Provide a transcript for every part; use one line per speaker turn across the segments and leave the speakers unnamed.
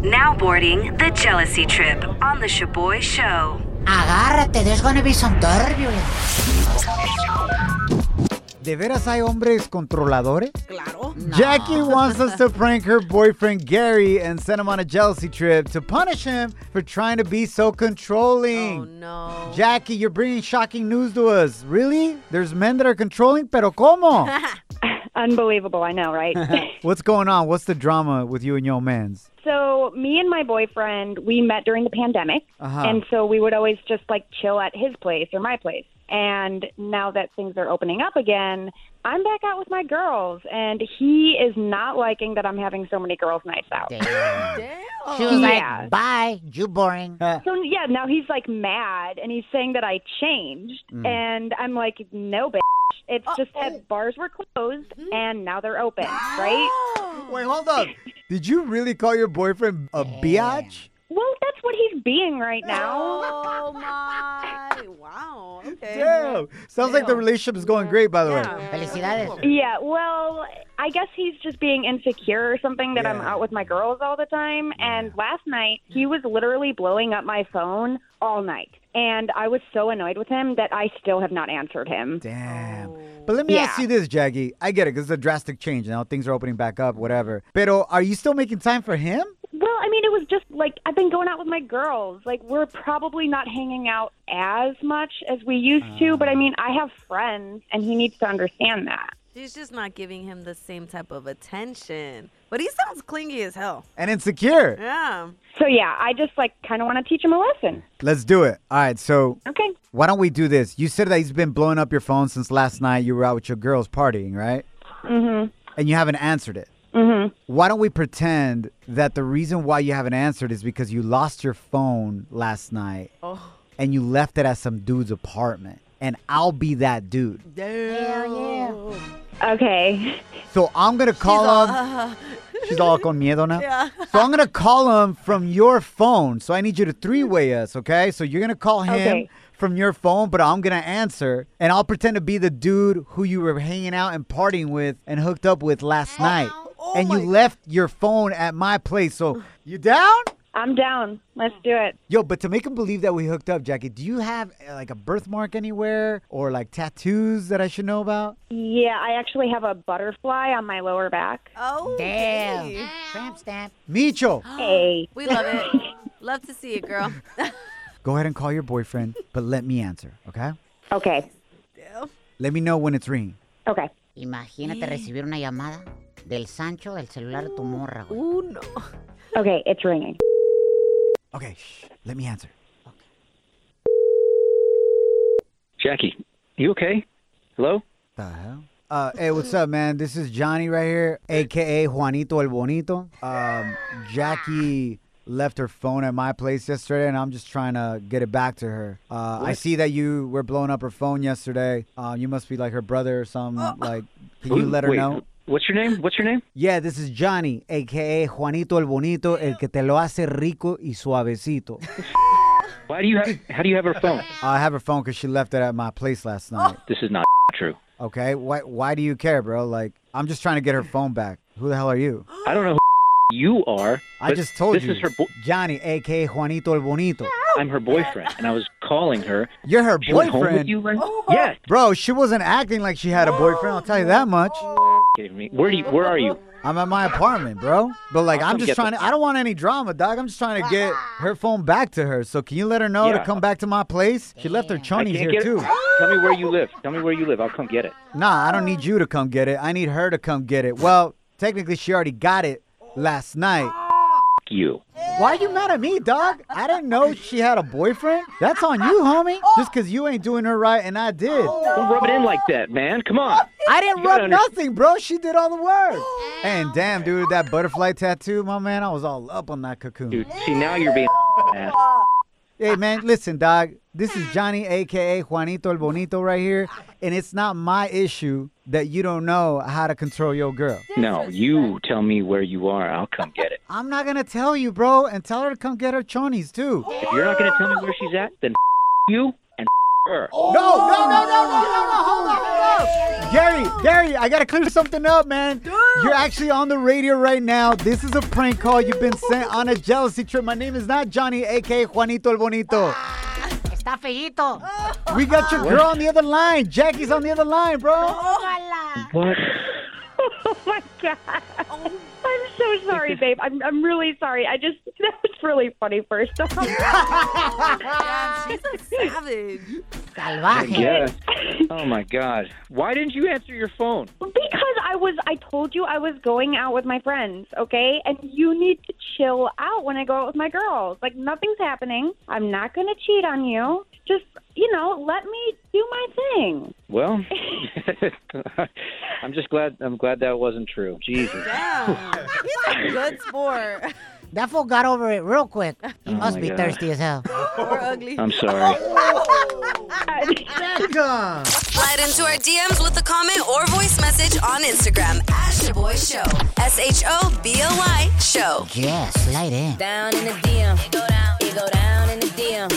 Now boarding the jealousy trip on the Shaboy Show.
Agárrate, there's gonna be some turbulence.
¿De veras hay hombres controladores? Jackie wants us to prank her boyfriend Gary and send him on a jealousy trip to punish him for trying to be so controlling.
Oh no.
Jackie, you're bringing shocking news to us. Really? There's men that are controlling, pero como?
Unbelievable, I know, right?
What's going on? What's the drama with you and your mans?
so, me and my boyfriend, we met during the pandemic.
Uh-huh.
And so we would always just like chill at his place or my place. And now that things are opening up again, I'm back out with my girls. And he is not liking that I'm having so many girls' nights out.
Damn.
Oh.
She was
Yeah.
like, bye, you boring.
So, yeah, now he's like mad and he's saying that I changed. And I'm like, no, bitch. It's just that bars were closed
Mm-hmm.
and now they're open, right?
Wait, hold up. Did you really call your boyfriend a biatch?
Well, that's what he's being right now.
Oh my. Wow. Okay.
Damn. Sounds like the relationship is going great, by the way.
Yeah.
Felicidades.
Yeah, well, I guess he's just being insecure or something that I'm
Yeah.
out with my girls all the time. And last night, he was literally blowing up my phone all night. And I was so annoyed with him that I still have not answered him.
Damn. But let me ask
Yeah.
you this, Jackie. I get it, 'cause it's a drastic change now. Things are opening back up, whatever. Pero are you still making time for him?
Well, I mean, it was just like I've been going out with my girls. Like, we're probably not hanging out as much as we used to, but I mean, I have friends, and he needs to understand that.
She's just not giving him the same type of attention. But he sounds clingy as hell.
And insecure.
Yeah.
So, yeah, I just like kind of want to teach him a lesson.
Let's do it. All right, so
Okay.
why don't we do this? You said that he's been blowing up your phone since last night you were out with your girls partying, right?
Mm
And you haven't answered it.
hmm. Mm hmm.
Why don't we pretend that the reason why you haven't answered is because you lost your phone last night
Oh.
and you left it at some dude's apartment? And I'll be that dude.
Hell yeah.
Okay.
So I'm gonna call him. She's all con miedo now.
Yeah.
So I'm gonna call him from your phone. So I need you to three-way us, okay? So you're gonna call him
Okay.
from your phone, but I'm gonna answer, and I'll pretend to be the dude who you were hanging out and partying with and hooked up with last night, and you left your phone at my place. So you down?
I'm down. Let's do it.
Yo, but to make him believe that we hooked up, Jackie, do you have uh, like a birthmark anywhere or like tattoos that I should know about?
Yeah, I actually have a butterfly on my lower back.
Oh.
Damn. Stamp, stamp.
Micho,
Oh.
Hey.
We love it. love to see it, girl.
go ahead and call your boyfriend, but let me answer, okay?
Okay.
Let me know when it's ringing.
Okay.
Imagínate recibir una llamada del Sancho del celular
Oh.
de tu morra, güey.
Ooh, no.
Okay, it's ringing.
Okay, shh, let me answer.
Jackie, you okay? Hello?
The hell? Uh, hey, what's up, man? This is Johnny right here, aka Juanito el Bonito. Um, Jackie left her phone at my place yesterday, and I'm just trying to get it back to her. Uh, I see that you were blowing up her phone yesterday. Uh, you must be like her brother or something. Like, can you
Who-
let her
wait,
know?
What's your name? What's your name?
Yeah, this is Johnny, aka Juanito el Bonito, el que te lo hace rico y suavecito.
Why do you have how do you have her phone?
I have her phone because she left it at my place last night.
This is not true.
Okay, why why do you care, bro? Like, I'm just trying to get her phone back. Who the hell are you?
I don't know who you are.
I
but
just told
this
you,
is her bo-
Johnny, aka Juanito el Bonito.
I'm her boyfriend and I was calling her.
You're her
She went home with
boyfriend, Oh.
you last Yes.
bro. She wasn't acting like she had a boyfriend. I'll tell you that much.
Gave me. Where do you, where are you?
I'm at my apartment, bro. But like,
I'll
I'm
come
just
get
trying
them.
to. I don't want any drama, dog. I'm just trying to get her phone back to her. So can you let her know to
Yeah.
come back to my place? She left her
I
chonies here
can't get
too.
it. Tell me where you live. Tell me where you live. I'll come get it.
Nah, I don't need you to come get it. I need her to come get it. Well, technically, she already got it last night.
You.
Why you mad at me, dog? I didn't know she had a boyfriend. That's on you, homie. Just because you ain't doing her right and I did.
Don't rub it in like that, man. Come on.
I didn't
You gotta
rub
understand-
nothing, bro. She did all the work. And damn, dude, that butterfly tattoo, my man, I was all up on that cocoon.
Dude, see, now you're being an ass.
Hey, man, listen, dog. This is Johnny, aka Juanito el Bonito, right here. And it's not my issue that you don't know how to control your girl.
No, you tell me where you are. I'll come get it.
I'm not going to tell you, bro, and tell her to come get her chonies, too.
If you're not going to tell me where she's at, then you and her.
No, no, no, no, no, no, no, no, hold up, hold up. Gary, Gary, I gotta clear something up, man. You're actually on the radio right now. This is a prank call. You've been sent on a jealousy trip. My name is not Johnny, aka Juanito el Bonito.
Está feíto.
Oh.
We got your girl on the other line. Jackie's on the other line,
Oh.
bro.
What?
Oh my god!
Oh.
I'm so sorry, babe. I'm I'm really sorry. I just that was really funny. First off,
Damn, she's a savage.
I
Salvaje.
guess. Oh my God. Why didn't you answer your phone?
because I was I told you I was going out with my friends, okay? And you need to chill out when I go out with my girls. Like nothing's happening. I'm not gonna cheat on you. Just you know, let me do my thing.
Well, I'm just glad. I'm glad that wasn't true. Jesus.
Damn. He's a good sport.
That fool got over it real quick. He
Oh
must
my
be
God.
thirsty as hell.
Or ugly.
I'm sorry.
Becca.
Slide into our DMs with a comment or voice message on Instagram at Shaboy Show. S H O B O Y Show.
Yes, slide in.
Down in the DM. It go down. It go down in the DM.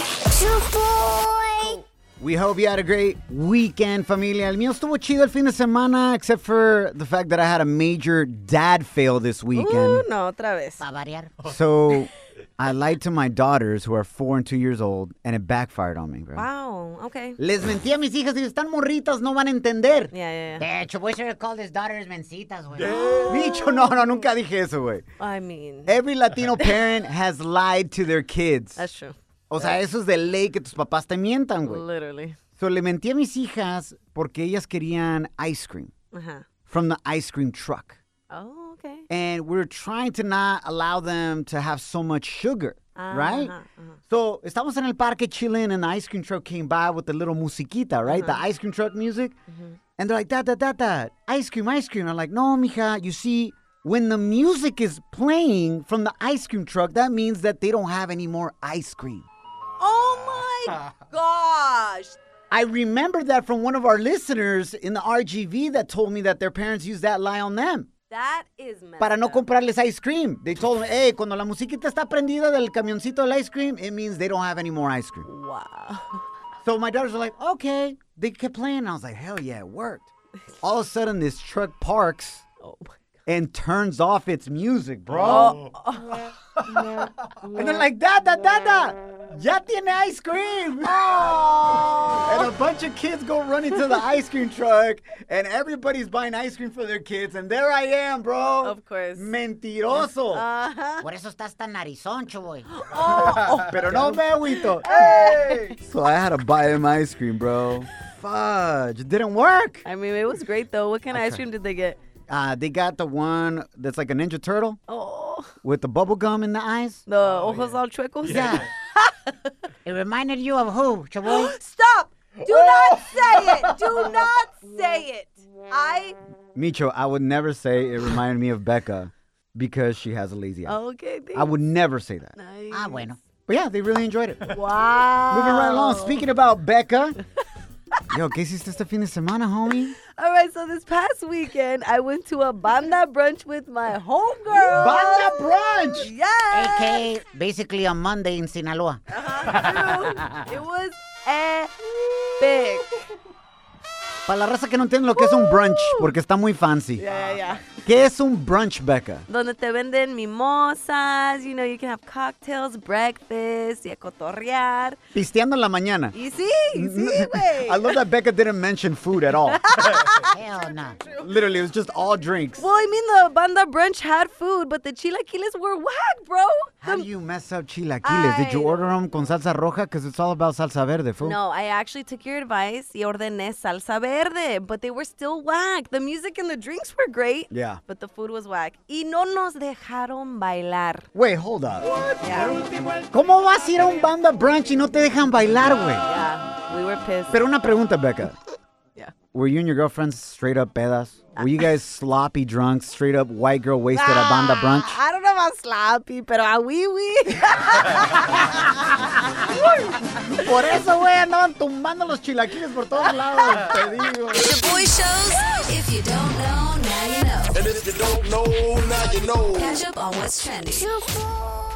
We hope you had a great weekend, familia. El mío estuvo chido el fin de semana, except for the fact that I had a major dad fail this
Ooh,
weekend.
no, otra vez.
Para variar.
So I lied to my daughters, who are four and two years old, and it backfired on me, bro.
Wow. Okay.
Les mentí a mis hijas y están morritas, no van a entender.
Yeah, yeah, yeah.
De hecho, voy a call his daughters mencitas, güey.
Bicho, no, no, nunca dije eso, güey.
I mean,
Every Latino parent has lied to their kids.
that's true.
O sea, eso es de ley que tus papás te mientan, güey.
Literally.
So le mentí a mis hijas porque ellas querían ice cream
Uh huh.
from the ice cream truck.
Oh, okay.
and we're trying to not allow them to have so much sugar, right? So estamos en el parque chilling, and the ice cream truck came by with the little musiquita, right? The ice cream truck music, and they're like, "Da da da da, ice cream, ice cream." I'm like, "No, mija, you see." When the music is playing from the ice cream truck, that means that they don't have any more ice cream.
Oh my gosh.
I remember that from one of our listeners in the RGV that told me that their parents used that lie on them.
That is messed
para no
up.
comprarles ice cream. They told me, hey, cuando la musiquita está prendida del camioncito del ice cream, it means they don't have any more ice cream.
Wow.
So my daughters were like, okay. They kept playing. And I was like, hell yeah, it worked. All of a sudden, this truck parks
Oh my God.
and turns off its music, bro. and they're like, da, da, da, da. Ya tiene ice cream. and a bunch of kids go running to the ice cream truck, and everybody's buying ice cream for their kids. And there I am, bro.
Of course.
Mentiroso.
Por eso estás tan narizoncho, güey.
Oh, Pero no me agüito. So I had to buy him ice cream, bro. Fudge. It didn't work.
I mean, it was great though. What kind of ice cream did they get?
Uh, they got the one that's like a Ninja Turtle
Oh,
with the bubble gum in the eyes.
the ojos all chuecos.
Yeah.
It reminded you of who, Chaboy?
Stop! Do
Oh.
not say it. Do not say it. I
Micho, I would never say it reminded me of Becca because she has a lazy eye.
okay.
I would never say that.
Nice.
Ah, bueno.
But yeah, they really enjoyed it.
Wow.
Moving right along. Speaking about Becca. Yo, ¿qué hiciste este fin de semana, homie?
All right. So this past weekend, I went to a banda brunch with my homegirl.
Banda brunch!
Yes.
AKA, basically on Monday in Sinaloa.
Dude, it was epic.
Para la raza que no entiende lo que es un brunch,
Uh.
porque está muy fancy.
Yeah, yeah, yeah.
¿Qué es un brunch, Becca?
Donde te venden mimosas, you know, you can have cocktails, breakfast, y a cotorrear.
Pisteando en la mañana.
Y sí, y sí, güey.
I love that Becca didn't mention food at all.
Hell no.
Literally, it was just all drinks.
Well, I mean, the banda brunch had food, but the chilaquiles were whack, bro.
How do you mess up chilaquiles? Did you
I-
order them con salsa roja? Because it's all about salsa verde, fool.
No, I actually took your advice y ordené salsa verde. Verde, but they were still whack. The music and the drinks were great,
Yeah.
but the food was whack. Y no nos dejaron bailar.
Wait, hold up.
Yeah,
¿Cómo vas a ir a un banda brunch y no te dejan bailar, güey?
yeah, we were pissed.
Pero una pregunta, Becca.
Yeah.
Were you and your girlfriends straight up pedas? Were you guys sloppy drunk, straight up white girl wasted at banda brunch?
Ah, I don't know about sloppy, pero a wee wee.
Por eso, güey, andaban tumbando los chilaquiles por todos lados, te digo.
The boy shows. If you don't know, now you know.
And if you don't know, now you know.
Catch up on what's trending.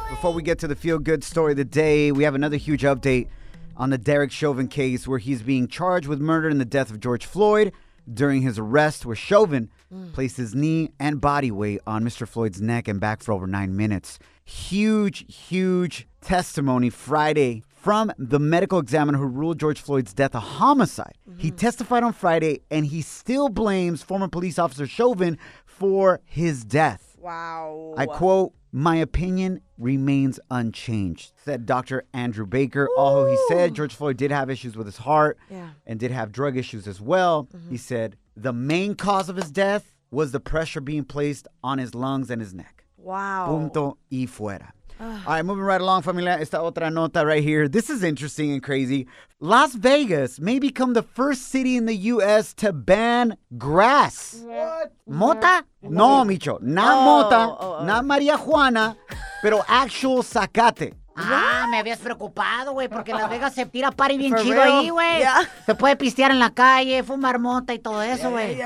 Before we get to the feel good story of the day, we have another huge update on the Derek Chauvin case where he's being charged with murder in the death of George Floyd during his arrest, where Chauvin placed his knee and body weight on Mr. Floyd's neck and back for over nine minutes. Huge, huge testimony Friday from the medical examiner who ruled George Floyd's death a homicide. He testified on Friday and he still blames former police officer Chauvin for his death.
Wow.
I quote, my opinion remains unchanged, said Dr. Andrew Baker. Although he said George Floyd did have issues with his heart
Yeah.
and did have drug issues as well, he said the main cause of his death was the pressure being placed on his lungs and his neck.
Wow.
Punto y fuera. All right, moving right along, familia. Esta otra nota right here. This is interesting and crazy. Las Vegas may become the first city in the U.S. to ban grass. What? Oh, Mota? No, Micho. Not mota, not Maria Juana, pero actual zacate.
Ah, me habías preocupado, güey, porque en Las Vegas se tira party bien
For
chido
real.
ahí, güey.
Yeah.
Se puede pistear en la calle, fumar mota y todo eso, güey.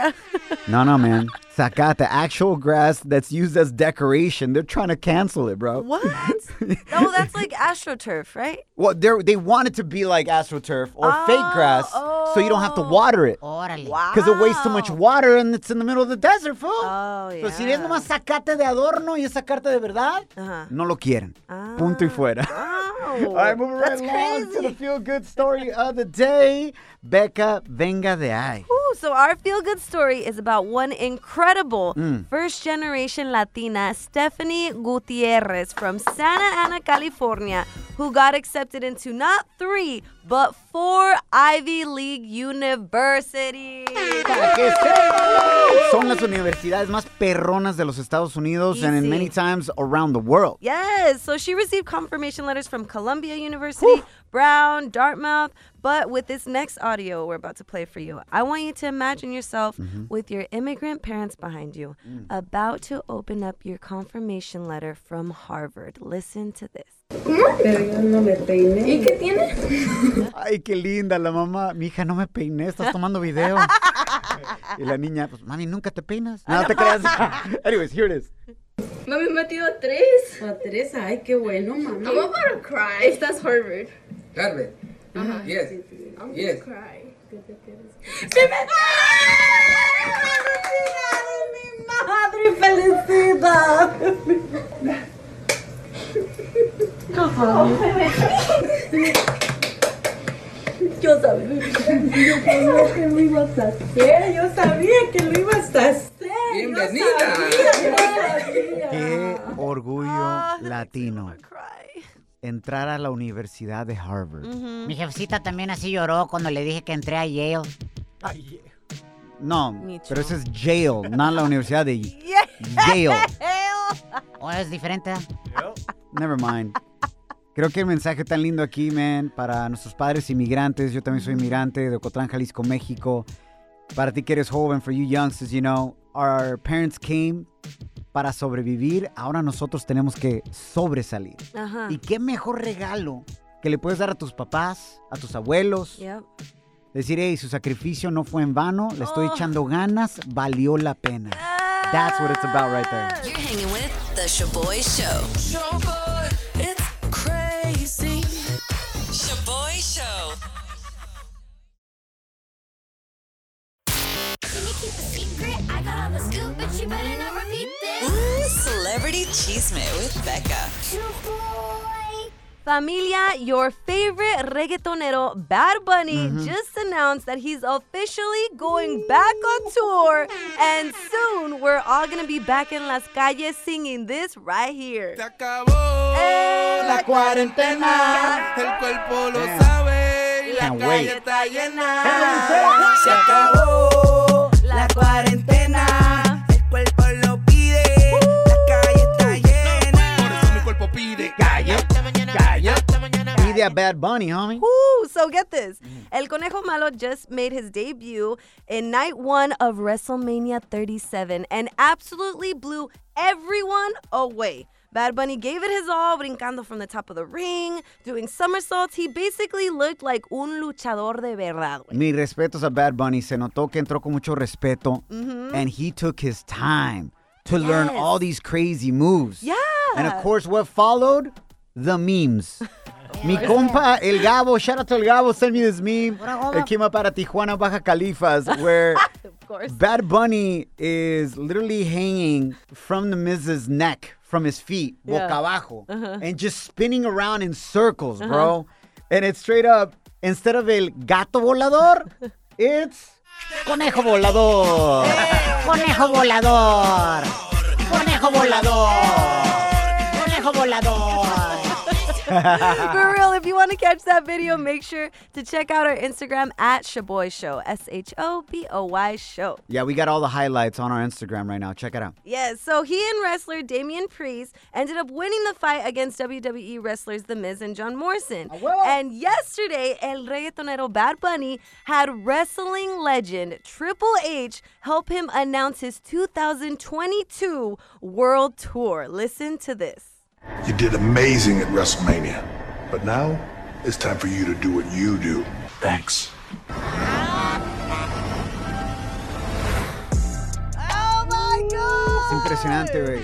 No, no, man. Zacate, actual grass that's used as decoration. They're trying to cancel it, bro.
What? no, that's like astroturf, right?
Well, they're, they want it to be like astroturf or fake grass so you don't have to water it.
Órale.
Wow.
Because it wastes so much water and it's in the middle of the desert, fool.
Oh,
Pero si
yeah.
es nomás sacate de adorno y es sacarte de verdad,
Ajá.
no lo quieren.
Ah.
Punto y fuera.
Wow.
All right, moving right
Oh. that's
along to
crazy.
the feel good story of the day. Becca, venga de ahí.
Ooh, so our feel good story is about one incredible first generation Latina, Stephanie Gutierrez from Santa Ana, California, who got accepted into not three, but four Ivy League universities.
Para que sepan, Son las universidades más perronas de los Estados Unidos and in
Easy.
many times around the world.
Yes, so she received confirmation letters from Columbia University, Brown, Dartmouth. But with this next audio we're about to play for you, I want you to imagine yourself
Mm-hmm.
with your immigrant parents behind you,
Mm.
about to open up your confirmation letter from Harvard. Listen to this.
Ay, qué linda la mamá. Mi hija, no me peiné, estás tomando video. y la niña, pues, mami, nunca te peinas.
Ah,
No, te creas. Anyways, here it is.
Mami, me metido tres. A tres, ay, qué bueno, mami. I'm about to cry. Estás Harvard.
Harvard. Yes. Yes.
Cry.
Bienvenida.
Qué orgullo
Ah,
latino. Entrar a la Universidad de Harvard.
Mi jefecita también así lloró cuando le dije que entré a Yale.
No,
Micho.
pero ese es Yale, no la Universidad de
Yeah.
Yale.
O es diferente. ¿eh?
Never mind. Creo que el mensaje tan lindo aquí, man, para nuestros padres inmigrantes. Yo también soy inmigrante de Ocotlán, Jalisco, México. Para ti que eres joven, for you youngsters, you know, our parents came para sobrevivir. Ahora nosotros tenemos que sobresalir.
Ajá.
¿Y qué mejor regalo que le puedes dar a tus papás, a tus abuelos?
Yep.
Decir, hey, su sacrificio no fue en vano, le estoy
Oh.
echando ganas, valió la pena. That's what it's about right there.
You're hanging with the Shaboy Show.
It's crazy. Shaboy Show.
Ooh, Celebrity Chisme with Becca.
Familia, your favorite reggaetonero, Bad Bunny,
Mm-hmm.
just announced that he's officially going back on tour. And soon, we're all going to be back in las calles singing this right here.
acabó
Hey,
la cuarentena. El cuerpo lo sabe.
Y
La
can't
calle
wait.
está llena. Se acabó la cuarentena. El cuerpo lo pide. La calle está llena. Por eso mi cuerpo pide. Calle. Calle.
Be that Bad Bunny, homie.
Woo! So get this.
Mm.
El Conejo Malo just made his debut in night one of WrestleMania 37 and absolutely blew everyone away. Bad Bunny gave it his all, brincando from the top of the ring, doing somersaults. He basically looked like un luchador de verdad.
Mi respetos a Bad Bunny. Se notó que entró con mucho respeto.
Mhm.
And he took his time to learn
Yes.
all these crazy moves.
Yeah.
And of course, what followed? The memes. Mi compa, El Gabo, shout out to El Gabo, sent me this meme. It came up out of Tijuana, Baja Califas, where Bad Bunny is literally hanging from the Miz's neck, from his feet, boca
Yeah.
abajo,
Uh-huh.
and just spinning around in circles,
Uh-huh.
bro. And it's straight up, instead of El Gato Volador, it's Conejo Volador. Conejo Volador. Conejo Volador. Conejo
For real, if you want to catch that video, make sure to check out our Instagram at Shaboy Show. S H O B O Y Show.
Yeah, we got all the highlights on our Instagram right now. Check it out.
Yes, so he and wrestler Damian Priest ended up winning the fight against WWE wrestlers The Miz and John Morrison. And yesterday, el reggaetonero Bad Bunny had wrestling legend Triple H help him announce his 2022 World Tour. Listen to this.
You did amazing at WrestleMania, but now it's time for you to do what you do. Thanks.
It's impresionante, güey.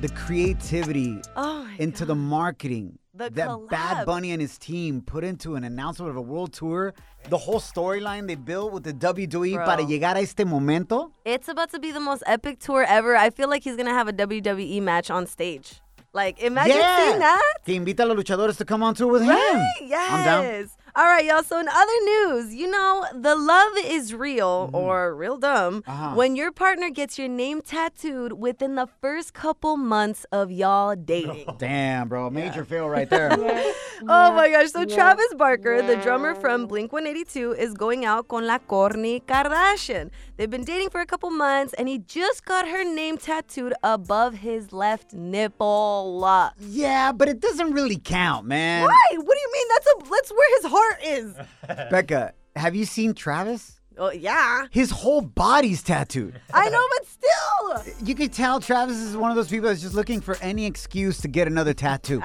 The creativity
Oh my
into the marketing
The
that
collab.
Bad Bunny and his team put into an announcement of a world tour. The whole storyline they built with the WWE
Bro.
para llegar a este momento.
It's about to be the most epic tour ever. I feel like he's going to have a WWE match on stage. Like, imagine seeing that.
Que invita a los luchadores to come on tour with him.
Yes.
I'm down.
All right, y'all. So in other news, you know, the love is real or real dumb
Uh-huh.
when your partner gets your name tattooed within the first couple months of y'all dating.
Damn, bro. Major fail right there.
Oh my gosh. So Travis Barker, the drummer from Blink 182, is going out con La Kourtney Kardashian. They've been dating for a couple months and he just got her name tattooed above his left nipple.
Yeah, but it doesn't really count, man.
Why? What do you mean? That's a that's where his heart is.
Becca, have you seen Travis?
Oh yeah.
His whole body's tattooed.
I know, but still.
You can tell Travis is one of those people that's just looking for any excuse to get another tattoo.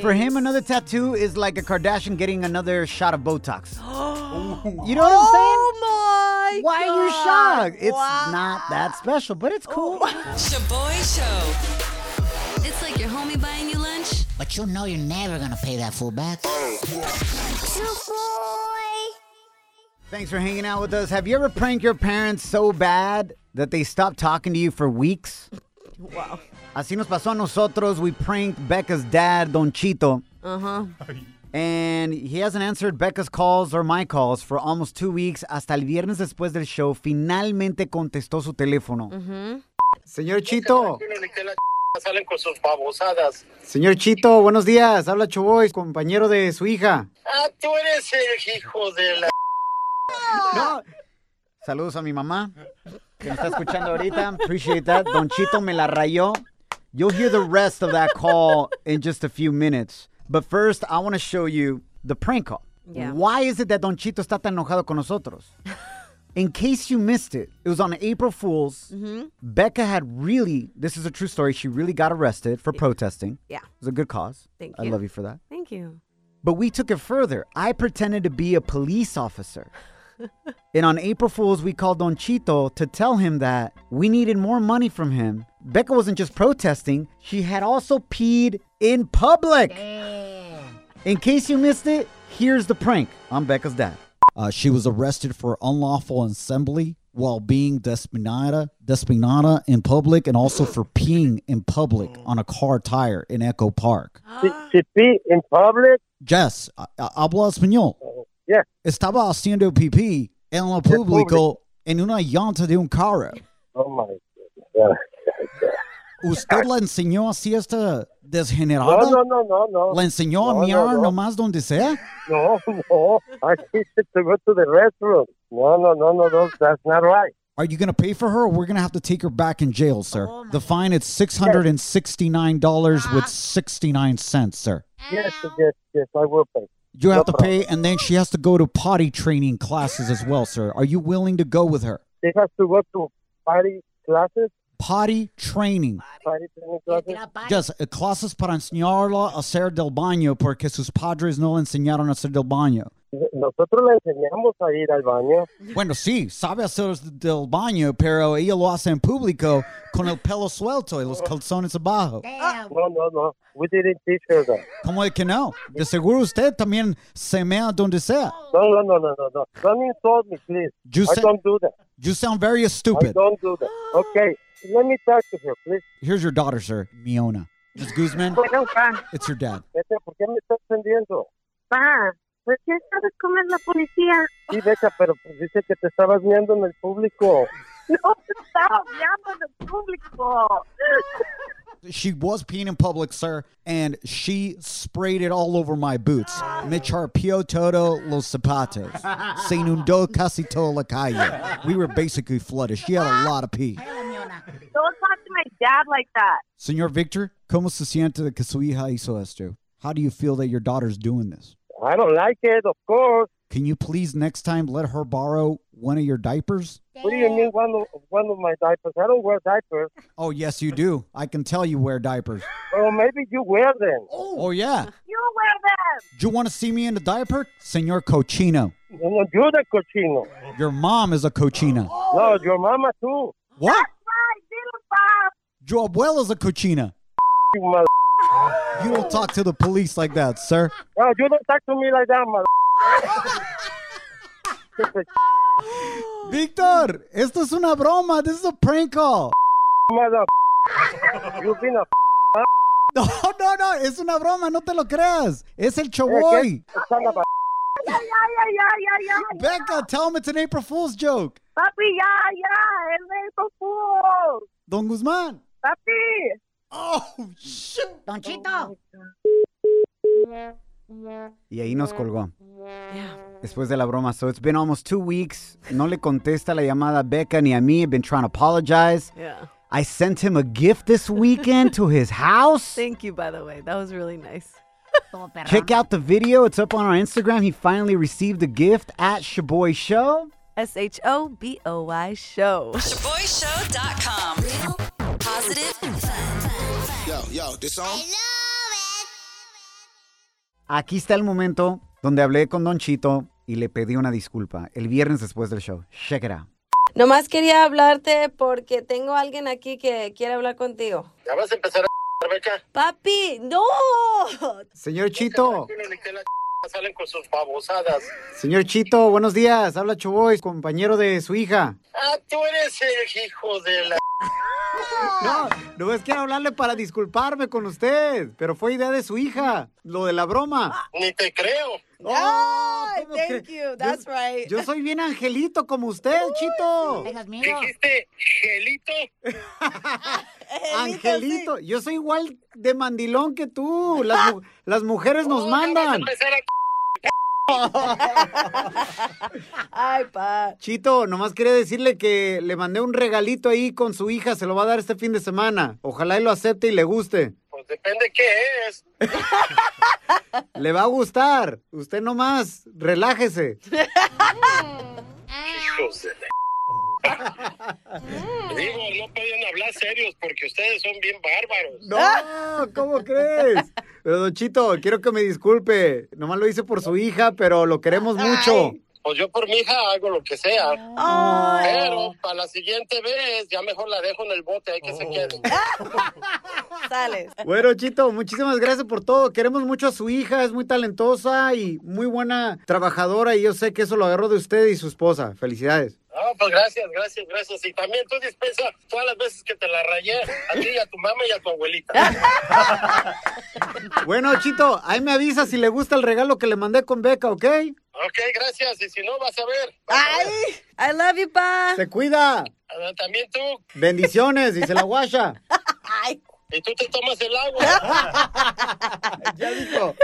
For him, another tattoo is like a Kardashian getting another shot of Botox. You know what I'm saying?
Oh my
Why are you
God.
shocked? It's
Wow.
not that special, but it's cool.
Oh.
Shaboy Show.
It's like your homie buying you lunch.
But you know you're never gonna pay that fool back.
Thanks for hanging out with us. Have you ever pranked your parents so bad that they stopped talking to you for weeks?
Wow.
Así nos pasó a nosotros. We pranked Becca's dad, Don Chito.
Uh huh.
And he hasn't answered Becca's calls or my calls for almost two weeks. Hasta el viernes después del show, finalmente contestó su teléfono.
Mhm.
Señor Chito,
salen con sus babosadas.
señor Chito, buenos días. Habla Chuboy, compañero de su hija.
Ah, tú eres el hijo de la...
No. Saludos a mi mamá, que me está escuchando ahorita. Appreciate that. Don Chito me la rayó. You'll hear the rest of that call in just a few minutes. But first, I want to show you the prank call.
Yeah.
Why is it that Don Chito está tan enojado con nosotros? In case you missed it, it was on April Fool's.
Mhm.
Becca had really, this is a true story, she really got arrested for protesting.
Yeah.
It was a good cause.
Thank
I
you.
love you for that.
Thank you.
But we took it further. I pretended to be a police officer. and on April Fools, we called Don Chito to tell him that we needed more money from him. Becca wasn't just protesting, she had also peed in public. In case you missed it, here's the prank. I'm Becca's dad.
Uh, she was arrested for unlawful assembly while being despinata, despinata in public and also for peeing in public on a car tire in Echo Park.
Si pee in public,
Jess, a- a- habla español.
Yeah.
Estaba haciendo pipí en lo público en una llanta de un carro.
oh my
usted la enseñó así esta desgenerada.
No, no, no, no, no.
La enseñó
No,
a
no,
miar
no.
nomás donde sea.
No, no. I teach it to go to the restroom. No, no, no, no, no. That's not right.
Are you gonna pay for her, or we're gonna have to take her back in jail, sir? the fine is six hundred and sixty-nine dollars with sixty-nine cents, sir.
Ah.
Yes, yes, yes. I will pay.
You have to pay, and then she has to go to potty training classes as well, sir. Are you willing to go with her?
They have to go to party classes.
Potty training.
Party training classes.
Yes, eh, clases para enseñarla a hacer del baño porque sus padres no le enseñaron a hacer del baño.
Nosotros le enseñamos a ir al baño.
Bueno, sí, sabe hacer del baño, pero ella lo hace en público con el pelo suelto y los calzones abajo.
No, no, no. We didn't teach her that.
¿Cómo es que no? De seguro usted también se mea donde sea.
No, no, no, no, no, no. Don't insult me, please.
You
I
said-
don't do that.
You sound very
I
stupid.
don't do that. Okay, let me talk to her, please.
Here's your daughter, sir, Miona. Ms. Guzman,
Bueno, pa,
it's your dad.
Vete, ¿por qué me estás prendiendo?
pa, pues ya sabes cómo es la policía.
Sí, Beca, pero pues dice que te estabas viendo en el público.
No te estaba hablando del público.
She was peeing in public, sir, and she sprayed it all over my boots. Me charpio todo los zapatos. Se inundó casi toda la calle. We were basically flooded. She had a lot of pee.
Don't talk to my dad like that.
Senor Victor, ¿cómo se siente que su hija hizo esto? How do you feel that your daughter's doing this?
I don't like it, of course.
Can you please next time let her borrow one of your diapers?
What do you mean one of, one of my diapers? I don't wear diapers.
Oh, yes, you do. I can tell you wear diapers.
Well, maybe you wear them.
Oh, yeah.
You wear them.
Do you want to see me in a diaper? Senor Cochino.
No, no, you're the cochino.
Your mom is a cochina.
No, your mama too.
What?
Right, little Bob.
Your abuela's a cochina.
You mother.
You don't talk to the police like that, sir.
No, you don't talk to me like that, mother.
Victor, esto es una broma. This is a prank call.
mother. You've been a.
No, no, no. Es una broma. No te lo creas. Es el
Hey,
chaboy.
get- son of a-
Ya, ya, ya, ya, ya, ya.
Becca, tell him it's an April Fool's joke.
Papi, ya, ya. El April Fool.
Don Guzman.
Papi.
Oh, shit.
Don Chito.
Y ahí nos colgó. Después de la broma. So it's been almost two weeks. No le contesta la llamada a Becca ni a mí. I've been trying to apologize.
Yeah.
I sent him a gift this weekend to his house.
Thank you, by the way. That was really nice.
Check out the video. It's up on our Instagram. He finally received a gift at Shaboy Show.
S H O B O Y show.
ShaboyShow.com. Real, positive,
Yo, yo, this on?
Aquí está el momento donde hablé con Don Chito y le pedí una disculpa el viernes después del show. Check it out.
Nomás quería hablarte porque tengo alguien aquí que quiere hablar contigo.
¿Ya vas a empezar a Beca?
Papi, no.
Señor Chito,
Ni que la salen con sus babosadas.
señor Chito, buenos días. Habla Choboy, compañero de su hija.
Ah, tú eres el hijo de la.
No, no es que hablarle para disculparme con usted, pero fue idea de su hija, lo de la broma.
Ni te creo.
Oh, ¿cómo
Ah, thank
cre-
you. That's
yo,
right.
Yo soy bien angelito como usted, Chito.
Dijiste gelito.
Angelito, yo soy igual de mandilón que tú. Las, mu- las mujeres nos mandan.
Ay, pa.
Chito, nomás quería decirle que le mandé un regalito ahí con su hija, se lo va a dar este fin de semana. Ojalá y lo acepte y le guste.
Pues depende qué es.
Le va a gustar. Usted nomás, relájese.
Hijos de la.
Mm.
Digo, no pueden hablar serios porque ustedes son bien bárbaros.
No, ¿cómo crees? Pero don Chito, quiero que me disculpe. Nomás lo hice por su hija, pero lo queremos mucho.
Pues yo por mi hija hago lo que sea.
Ay.
Pero para la siguiente vez ya mejor la dejo en el bote, hay que se quede.
Sales.
Bueno, Chito, muchísimas gracias por todo. Queremos mucho a su hija, es muy talentosa y muy buena trabajadora y yo sé que eso lo agarró de usted y su esposa. Felicidades.
No, pues gracias, gracias, gracias. Y también tú dispensa todas las veces que te la rayé a ti y a tu mamá y a tu abuelita.
Bueno, Chito, ahí me avisa si le gusta el regalo que le mandé con Beca, ¿ok?
ok, gracias. Y si no, vas a ver.
Ay. I love you, pa.
Se cuida.
Ah, También tú.
Bendiciones, dice la guasha.
Y tú te tomas el agua.
Ya dijo.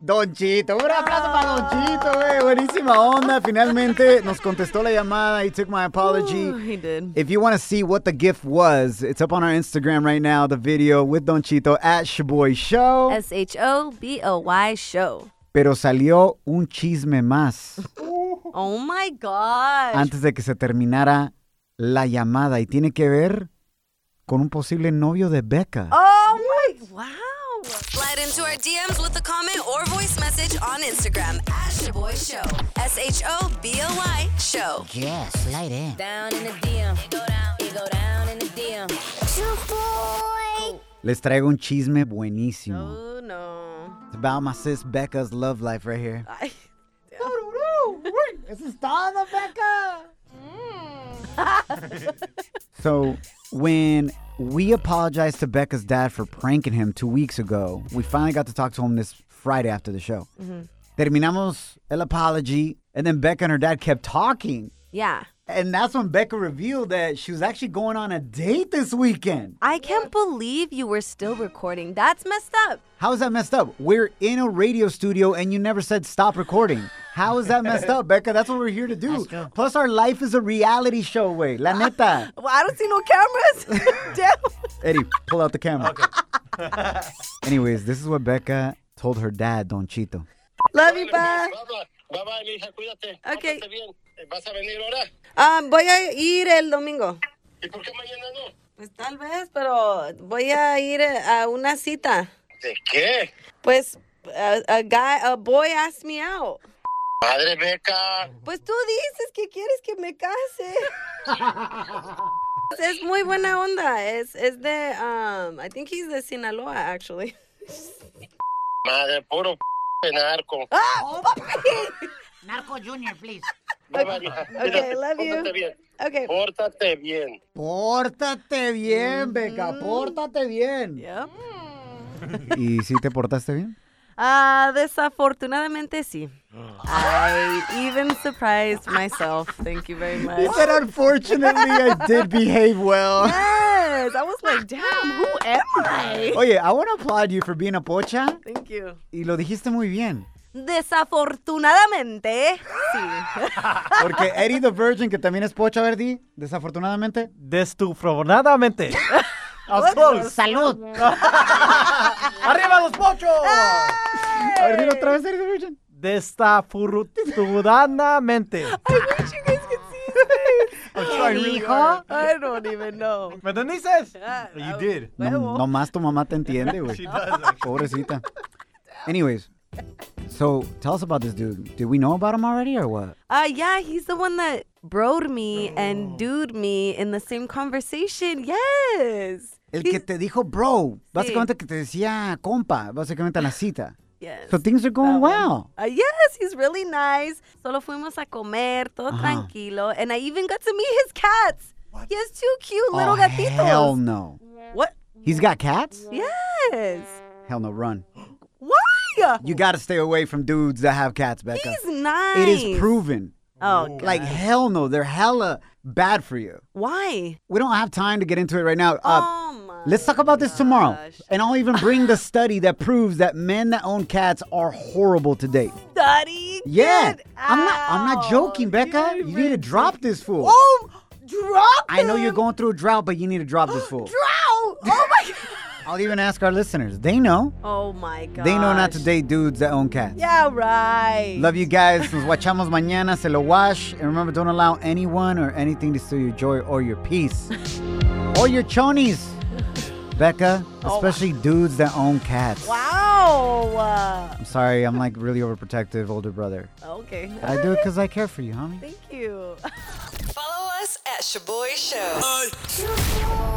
Don Chito, un aplauso para Don Chito, güey. Buenísima onda. Finalmente nos contestó la llamada. He took my apology.
Ooh, he did.
If you want to see what the gift was, it's up on our Instagram right now, the video with Don Chito at Shaboy Show.
S H O B O Y show.
Pero salió un chisme más
Oh my gosh.
antes de que se terminara la llamada y tiene que ver con un posible novio de Becca.
Oh my wow.
Slide into our DMs with a comment or voice message on Instagram at Shaboy Show. S H O B O Y Show.
Yes, slide in.
Down in the DM. It go down. It go down in the DM. Shaboy.
Les traigo un chisme buenísimo.
Oh no.
It's about my sis Becca's love life right here.
Eso es todo, Becca.
Mm. So when we apologized to Becca's dad for pranking him two weeks ago, we finally got to talk to him this Friday after the show.
Mhm.
Terminamos el apology, and then Becca and her dad kept talking.
Yeah.
And that's when Becca revealed that she was actually going on a date this weekend.
I can't believe you were still recording. That's messed up.
How is that messed up? We're in a radio studio and you never said stop recording. How is that messed up, Becca? That's what we're here to do. Plus, our life is a reality show, way. La neta.
Well, I don't see no cameras. Damn.
Eddie, pull out the camera. Anyways, this is what Becca told her dad, Don Chito.
Love you, bye.
Bye bye, mija, cuídate.
Okay.
Pórtate bien. ¿Vas a venir ahora?
Um, voy a ir el domingo.
¿Y por qué mañana no?
Pues tal vez, pero voy a ir eh, a una cita.
¿De qué?
Pues a, a guy, a boy asked me out.
Madre Beca.
Pues tú dices que quieres que me case. es muy buena onda. Es, es de, um, I think he's de Sinaloa, actually.
Madre, puro p narco.
Ah,
Narco Junior, please.
Bye bye, mija.
Okay, love you.
Pórtate bien.
Okay.
Pórtate bien.
Pórtate bien, Becca, pórtate bien. ¿Y si te portaste bien?
Ah, desafortunadamente sí. I even surprised myself. Thank you very much.
He said, unfortunately, I did behave well.
Yes, I was like, damn, who am I?
Oye, I want to applaud you for being a pocha.
Thank you.
Y lo dijiste muy bien.
Desafortunadamente, sí.
Porque Eddie the Virgin, que también es pocha, Verdi, desafortunadamente.
Destufronadamente. Of course.
Salud.
¡Arriba los pochos!
A ver, dilo otra vez, Eddie the Virgin.
Destafurtunadamente.
Hijo? I don't even know.
¿Me entendiste?
You
did.
No, nomás tu mamá te entiende, güey.
She does, actually.
Pobrecita. Anyways, so tell us about this dude. Did we know about him already or what?
Uh, yeah, he's the one that broed me and dude me in the same conversation. Yes.
El que te dijo bro, básicamente
Sí.
que te decía compa, básicamente en la cita.
Yes.
So things are going well.
Uh, yes, he's really nice. Solo fuimos a comer, todo tranquilo. And I even got to meet his cats. He has two cute little
oh,
gatitos.
hell no.
What?
He's got cats?
Yes.
Hell no, run.
Why?
You gotta stay away from dudes that have cats, Becca.
He's nice.
It is proven.
Oh, God.
Like hell no, they're hella bad for you.
Why?
We don't have time to get into it right now.
Oh
Uh, let's talk about this tomorrow, and I'll even bring the study that proves that men that own cats are horrible to date.
Daddy.
Yeah, I'm not. I'm not joking, Becca. You need to drop this fool.
Oh, drop.
I know you're going through a drought, but you need to drop this fool.
Drow. Oh my.
I'll even ask our listeners. They know.
Oh my God.
They know not to date dudes that own cats.
Yeah, right.
Love you guys. Nos guachamos mañana. Se lo wash. And remember, don't allow anyone or anything to steal your joy or your peace or your chonies. Becca, especially dudes that own cats.
Wow. Uh,
I'm sorry, I'm like really overprotective older brother.
Okay.
But I do it because I care for you, homie.
Thank you.
Follow us at Shaboy Show.